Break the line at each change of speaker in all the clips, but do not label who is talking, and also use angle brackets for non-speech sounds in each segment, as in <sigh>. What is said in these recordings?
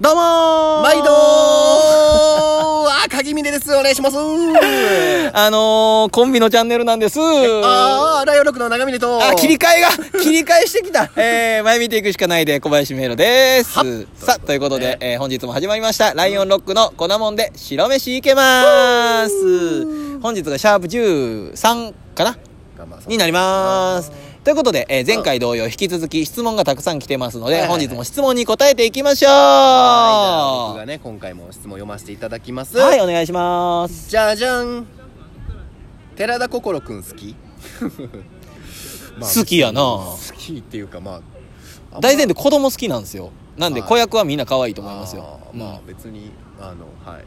どうもー
毎度ーあ、鍵峰です。お願いします。
あのー、コンビのチャンネルなんです。あ
ああ、ライオンロックの長峰と。
切り替えが、切り替えしてきた。えー、前見ていくしかないで、小林メイロです
はっ。
さあ、ということで、えー本日も始まりました、ライオンロックの粉もんで白飯いけまーす。本日がシャープ13かな
まあまあ
になります。ということで、えー前回同様、引き続き質問がたくさん来てますので、
はいはいはい
本日も質問に答えていきましょう。
はい僕
は
がね、今回も質問読ませていただきます。
い、お願いします。
じゃじゃん。寺田心くん
<laughs>
好きまあ
好きやな
好きっていうか、まあ。
大前提子供好きなんですよなんで
はい
子役はみんな可愛いと思いますよ
あー
うん
まあ、別に、あの、はい。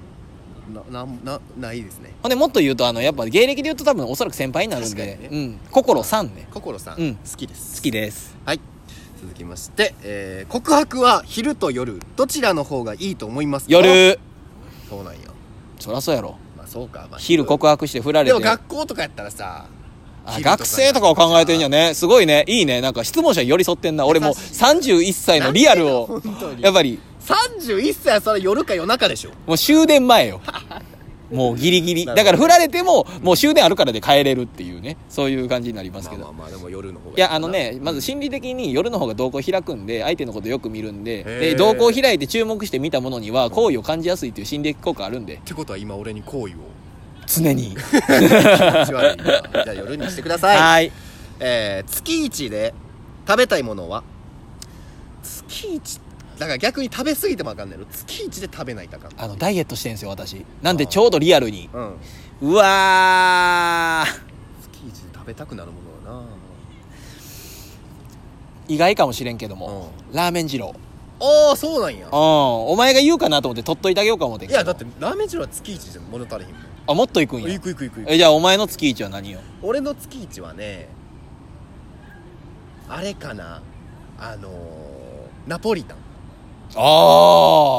な、なんな、ないですね。
ほんでもっと言うとあのやっぱ芸歴で言うと多分おそらく先輩になるんで、
確か
うん心さんね
心さん、
うん
好きです。
好きです
はい続きまして、えー告白は昼と夜どちらの方がいいと思いますか
夜
そうなんよ
そりゃそうやろ
まあそうか、まあ、
昼告白して振られ
で
て
も学校とかやったらさ
あ
昼とか
学生とかを考えてんやねすごいねいいねなんか質問者に寄り添ってんな俺もう
優しい
31歳のリアルを
本当に
やっぱり
31歳はそれ夜か夜中でしょ
もう終電前
<laughs>
よもうギリギリ
な
だ
るほ
か
ど
ら振られてももう終電あるからで帰れるっていうねそういう感じになりますけど
まあまあまあでも夜の方が
いやあのねまず心理的に夜の方が動向を開くんで相手のことよく見るんで
へ
で
ー
動向を開いて注目して見たものには好意を感じやすいっていう心理的効果あるんで
ってことは今俺に好意を
常に
気持ち悪いなじゃあ夜にしてください
はい
えー月一で食べたいものは月一だから逆に食べ過ぎてもあかんねんろ月一で食べないとあかん
あのダイエットしてんすよ私なんでちょうどリアルに
うん
うわー
月一で食べたくなるものはな
意外かもしれんけども、ラーメン二郎
ああそうなんや
うんお前が言うかなと思って取っといてあげようか思ってん
い
けど
やだってラーメン二郎は月一じゃ物足りひんもん
あもっといくんや
行く行く行く行く
えじゃあお前の月一は何よ
俺の月一はねあれかなあのー、ナポリタン
あ
ち
あ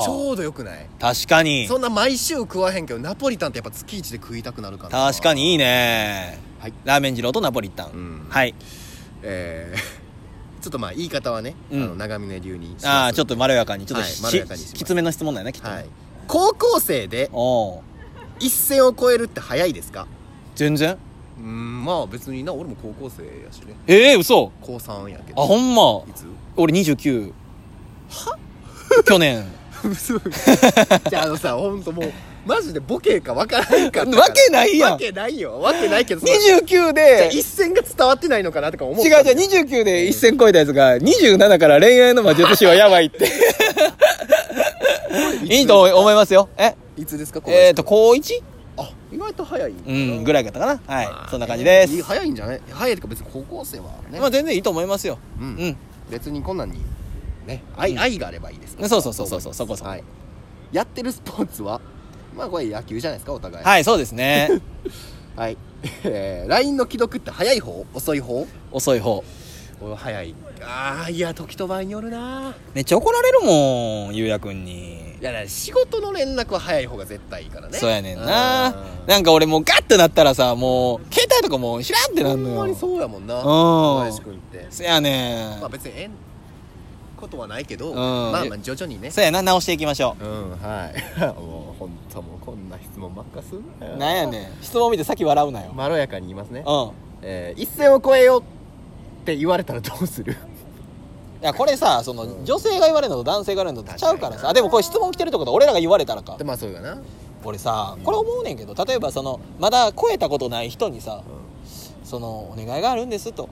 ょうどよくない
確かに
そんな毎週食わへんけどナポリタンってやっぱ月一で食いたくなるから
確かにいいね、
はい
ラーメン二郎とナポリタン、
うん
はい
えー <laughs> ちょっとまあ言い方はね、
うん
あの長峰流にします
ああちょっとまろやかにちょっと
はい
し、
まろやかにします
きつめの質問だよねきっとね、
はい高校生で
おう
一線を越えるって早いですか
全然
うんまあ別にな俺も高校生やしね
ええ嘘
高3やけ
あほんま
いつ <laughs>
俺29は去年
<laughs> じゃああのさほんともうマジでボケかわからんかった
<laughs>
から
わけないやん
わけないよわけないけどその
29
じゃあ
で
一線が伝わってないのかなとか思
違う
った
違う29で一線超えたやつが27から恋愛の魔術師はやばいって
<laughs>
いいと思いますよえ
いつですかこの
えっ、ー、と高 1?
あ意外と早い
うんぐ
らい
らいだったかなはい、そんな感じです、
早いんじゃない早いとか別に高校生はね
まあ全然いいと思いますよ
う
うんん、
別にこんなんにね愛,、
うん
愛があればいいです
そうそうそうそうそうそこそこ
はい、やってるスポーツはまあこれ野球じゃないですかお互い
はいそうです
<laughs>
ね
はい、えー、LINE の既読って早い方遅い方
遅い方
俺は早いああいや時と場合によるな
めっちゃ怒られるもんゆうやくんに
いやだから仕事の連絡は早い方が絶対いいからね
そうやねんな
うん
なんか俺もうガッてなったらさもう携帯とかもう知らんってなんのよ
ほんまにそうやもんな
ん
小林君って
そやねん、
まあ別にえんことはないけ
ん
ど、まあまあ徐々にね
そうやな直していきましょ
うんはい <laughs> もう本当もうこんな質問ばっかすんな
う、
よ
なんやねん質問見て先笑うなよ、
まろやかに言いますね、
うん
えー、一線を越えようって言われたらどうする <laughs>
いやこれさその女性が言われるのと男性が言われるのとちゃうから
確かに
さあでもこれ質問来てるってことは俺らが言われたらか
でまあそうやな、うん、
俺さこれ思うねんけど例えばそのまだ超えたことない人にさそのお願いがあるんですと
うん、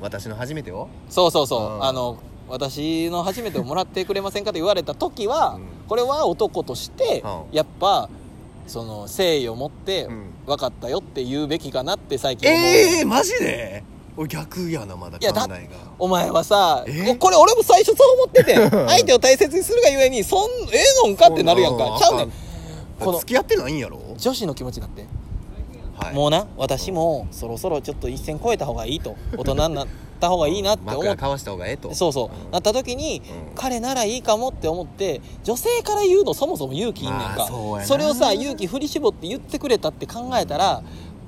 私の初めてを
そうそうそう、
うん
あの私の初めてをもらってくれませんかと言われた時は、
うん
これは男として、
うん
やっぱその誠意を持って、
うん
分かったよって言うべきかなって最近思う、
ええー、マジで俺逆やなまだ考
いやだ
えが
お前はさ、
え
おこれ俺も最初そう思ってて相手を大切にするがゆえにそんええのんかってなるやんかちゃうねんこの
付き合ってないんやろ、
女子の気持ちだって、
はい、
もうな私もそろそろちょっと一線超えた方がいいと大人になった方がいいなって思っ
枕交わした方がええと
そうそう、なった時に、
うん
彼ならいいかもって思って女性から言うのそもそも勇気いんねんか、
まあそうやな
れをさ勇気振り絞って言ってくれたって考えたら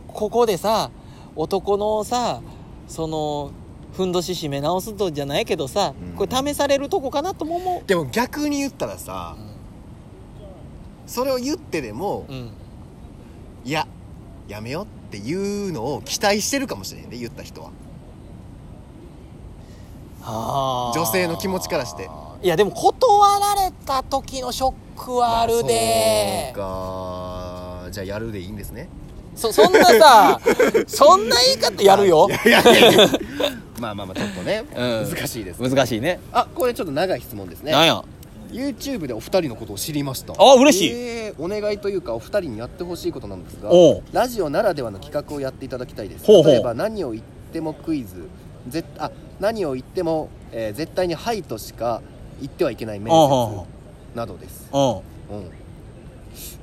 ここでさ男のさそのふんどし締め直すとじゃないけどさ、
うん
これ試されるとこかなとも思
でも逆に言ったらさ
う、
それを言ってでも、
うん、うん、
いややめようっていうのを期待してるかもしれへんで言った人は
あー
女性の気持ちからして
いやでも断られた時のショックはあるで、
そうかじゃあやるでいいんですね
そそんなさそんな言い方やるよ
いやいやいやいや <laughs> まあまあまあちょっとね、
うん
難しいです
難しいね
あこれちょっと長い質問ですね
なんや
YouTube でお二人のことを知りました
あ嬉しい
えーお願いというかお二人にやってほしいことなんですが
おう
ラジオならではの企画をやっていただきたいです
ほうほう
例えば何を言ってもクイズぜあ何を言っても、えー絶対に「はい」としか言ってはいけない面
おうほ
接などです、
うん
うん、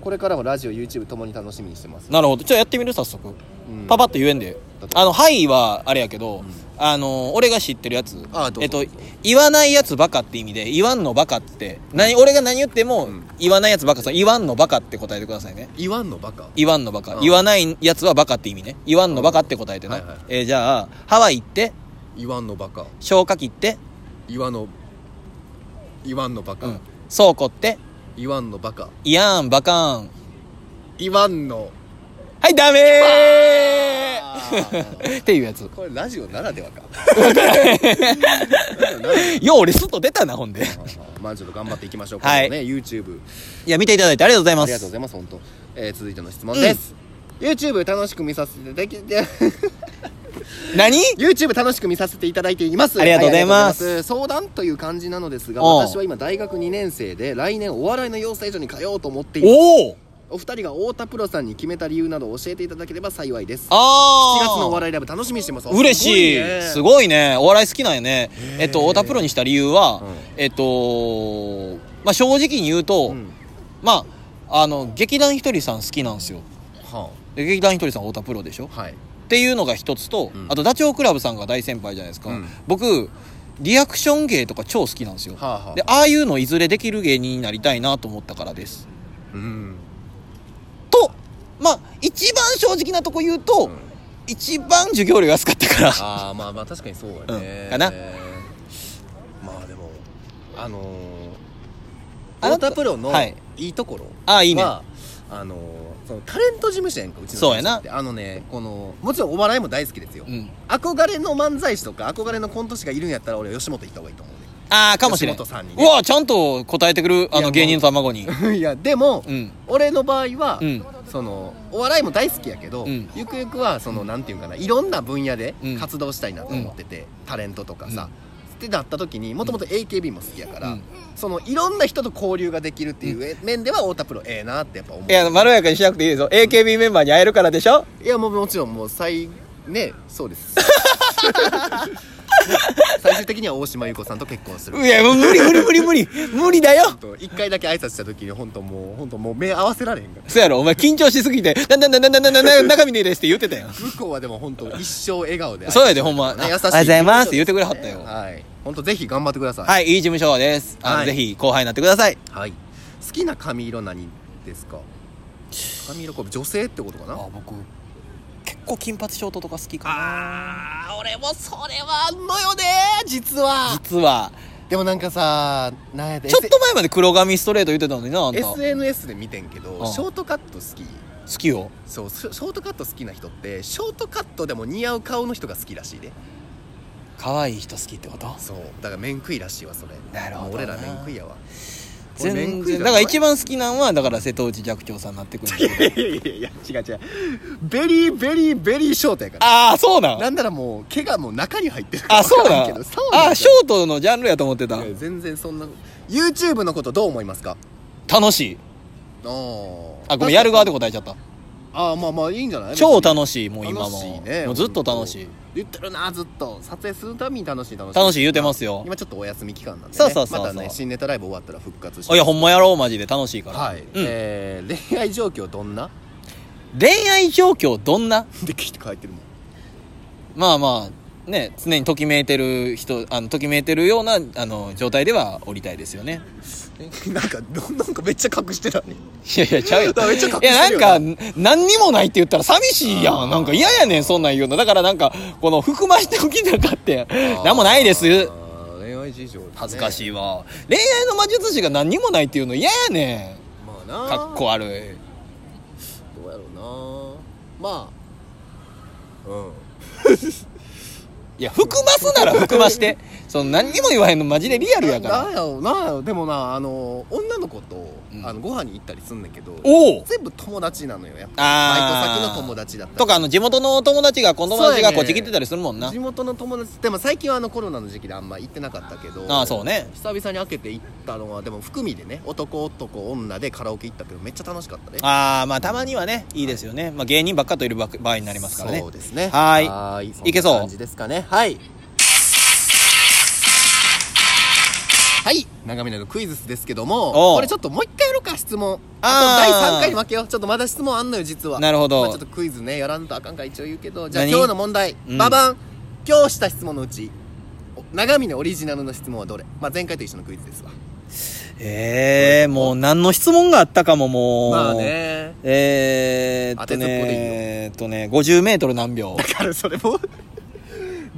これからもラジオ YouTube ともに楽しみにしてます、
なるほどじゃあやってみる早速
うん
パパッと言えんで
だって
あの「はい」はあれやけど、
うん
あの俺が知ってるやつ
あどうぞ
えっ
どう
と
ぞ
言わないやつバカって意味で言わんのバカって何俺が何言っても
うん
言わないやつバカさ言わんのバカって答えてくださいね
言わんのバカ
言わんのバカ、
うん
言わないやつはバカって意味ね言わんのバカって答えてな、
うんはいはい
えーじゃあハワイ行って
言わんのバカ
消火器って、
言わの言わんのバ
うん、倉庫って
言わんのバカ
いやーんバカーン
言わんの
はいダメ
あ
ー <laughs> っていうやつ
これ <laughs> ラジオならでは
<laughs>
か
よう俺外出たなほんで
まあちょっと頑張っていきましょう、
はい
今度ね YouTube
いや見ていただいてありがとうござい
あ
ま
り
す
がとうございます本当、えー続いての質問です、YouTube 楽しく見させていただき <laughs>
何
YouTube 楽しく見させていただいています
ありがとうございます
はありがとうございます相談という感じなのですが
おう
私は今大学2年生で来年お笑いの養成所に通おうと思っています
おお
お二人が太田プロさんに決めた理由などを教えていただければ幸いです7
あ
月
あ
のお笑いライブ楽しみにしてます
嬉しいす
すごい
ごい
ね
ねお笑い好きなんやねえっと太田プロにした理由は
うん
えっとまあ正直に言うと
うん
まああの劇団ひとりさん好きなんですよ
は
で劇団ひとりさん太田プロでしょ
あはい
っていうのが一つと
うん
あとダチョウ倶楽部さんが大先輩じゃないですか
うん
僕リアクション芸とか超好きなんですよ
はあはあ
でああいうのいずれできる芸人になりたいなと思ったからです
うん
とまあ一番正直なとこ言うと
うん
一番授業料安かったから <laughs>
ああまあまあ確かにそうやね、
うんかな
まあでもあのー、
あな
太
た
田プロの
はい
いいところ
ああいいね
はあのー、そのタレント事務所やんかうちの
そうやな
事務所ってあのねこのもちろんお笑いも大好きですよ、
うん
憧れの漫才師とか憧れのコント師がいるんやったら俺は吉本行った方がいいと思うね
ああかもしれん
吉本さんに
う
ね
わちゃんと答えてくるあ
いやも
の
う
芸人の卵に
<laughs> いやでも、
うん
俺の場合は、
うん
そのお笑いも大好きやけど、
うん
ゆくゆくはそのなんていうんかないろんな分野で
うん
活動したいなと思ってて、タレントとかさ、ってなった時にもともと AKB も好きやから、
うん
そのいろんな人と交流ができるっていう面では太田プロええなってやっぱ思う
いやまろやかにしなくていいですよ AKB メンバーに会えるからでしょ
いやもうもちろんもう最ねそうです
<laughs>
最終的には大島優子さんと結婚する
いやもう無理無理無理無理無理だよ
と一回だけ挨拶した時に本当もう本当もう目合わせられへんから
そやろお前緊張しすぎて「なんだんだんだんだんだんだんだん中身ねえです」って言ってたよ
向こうはでも本当一生笑顔で
そうやでほんま
ね
あおは
優しい
ようございますって言ってくれはったよ
はい本当ぜひ頑張ってください
はいいい事務所ですあ
は
の
い
ぜひ後輩になってください
はい好きな髪色何ですか髪色これ女性ってことかな
僕結構金髪ショートとか好き
あー俺もそれはあんのよね実は
実は
でもなんかさなんやで
ちょっと前まで黒髪ストレート言ってたのになあん
S-
た好
SNS で見てんけど
うん
ショートカット好き
きよ
そうショショートカット好きな人ってショートカットでも似合う顔の人が好きらしいで
可愛い人好きってこと
そうだから面食いらしいわそれ
なるほどな
俺ら面食いやわ俺面
全
食
然
いじゃ
だ
な
か
い
ら一番好きなんはだから瀬戸内寂聴さんになってくるんだけど
いやいやいや違う違うベリーベリーベリーショートやから
ああそうなん
なんならもう毛がもう中に入ってるから
あそうなん
わからんけどそうなん
あショートのジャンルやと思ってた
いや全然そんな YouTube のことどう思いますか
楽しい
あー
あごめんやる側で答えちゃった
あーまあまあいいんじゃない
超楽しいもう今
楽しい
も
ね
もうずっと楽しい
本当言ってるなずっと撮影するたびに楽しい楽しい
楽しい言うてますよ
今ちょっとお休み期間なんで、ね、
そうそうそうそう
またね新ネタライブ終わったら復活して
あいやほんまやろうマジで楽しいから
はい、
うん
えー恋愛状況どんな
恋愛状況どんな
できて書いてるもん
まあまあね、常にときめいてる人、あの、ときめいてるような、あの、状態では降りたいですよね。
なんかどなんかめっちゃ隠してたね
いやいや、ちゃうよ。
めっちゃ隠して
い
るよな
や、なんか、何にもないって言ったら寂しいやん。なんか嫌やねん、そんなん言うの。だからなんか、この、含ましておきなかって、何もないです。
あー恋愛事情、
恥ずかし
い
いわ。恋愛の魔術師が何にもないっていうの嫌やね
まあ
ん。
な
かっこ悪い。
どうやろうなまあうん
いや、含ますなら含まして。その、何にも言わへんのマジでリアルやか
な
ら。
んやろうなんやろうでもなあの女の子と、
うん
あのご飯に行ったりすんねんけど
おお
全部友達なのよやっぱ
あー
バイト先の友達だったり
とか、あの、地元の友達が、この友達がこっち来てたりするもんな
地。元の友達でも最近はあのコロナの時期であんま行ってなかったけど
ああ、そうね。
久々に開けて行ったのはでも含みでね男男女でカラオケ行ったけどめっちゃ楽しかったね
ああ、まあ、たまにはね、いいですよね。まあ、芸人ばっかといるば場合になりますからね
そう。ですね
はーい
い
いけそうん
な感じですかねはいはい長峰のクイズですけど
お
も
う
これちょっともう一回やろうか質問
あー
と第3回に負けようちょっとまだ質問あんのよ実は
なるほど
まあちょっとクイズねやらんとあかんから一応言うけどじゃあ
何
今日の問題
うん
ババン今日した質問のうちお長峰オリジナルの質問はどれ、まあ、前回と一緒のクイズですわ
ええもう何の質問があったかももう。
まあ。ね
えー、っと
当てずっぽでいいよ
ね、えーっとね、50メートル何
<laughs>
秒
だ。からそれも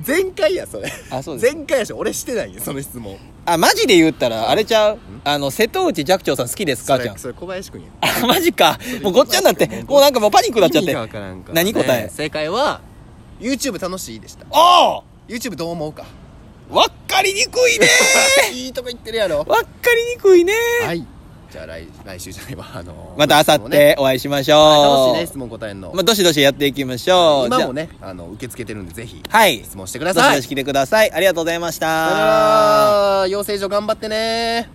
前回やそれ
あ、そうです。
前回やし俺してないよその質問
あ、マジで言ったら、あれちゃうあの、瀬戸内寂聴さん好きですか
そ
ちゃ
れ
ん。
それ小林君や
<laughs> あ、マジか。もうごっちゃになって、もうなんかもうパニックになっちゃって。
意味が
あ
わからんから
何答え
正解は YouTube 楽しいでした
あ
YouTube どう思うか
わっかりにく
<laughs>
いね
いいとこ言ってるやろ
わっかりにくいね
はいじゃあ来来週じゃないわあのー
また明後
もうね
日お会いしまし
楽しい
ょ
ね
う。
質問答えんの
まあ、どしどしやっていきましょう。
今も
ね。
ねあの受け付けてるんでぜひ
はい。
質問してくだ
どし
さ
ど
い
し来てください。ありがとうございました。
さよなら養成所頑張ってね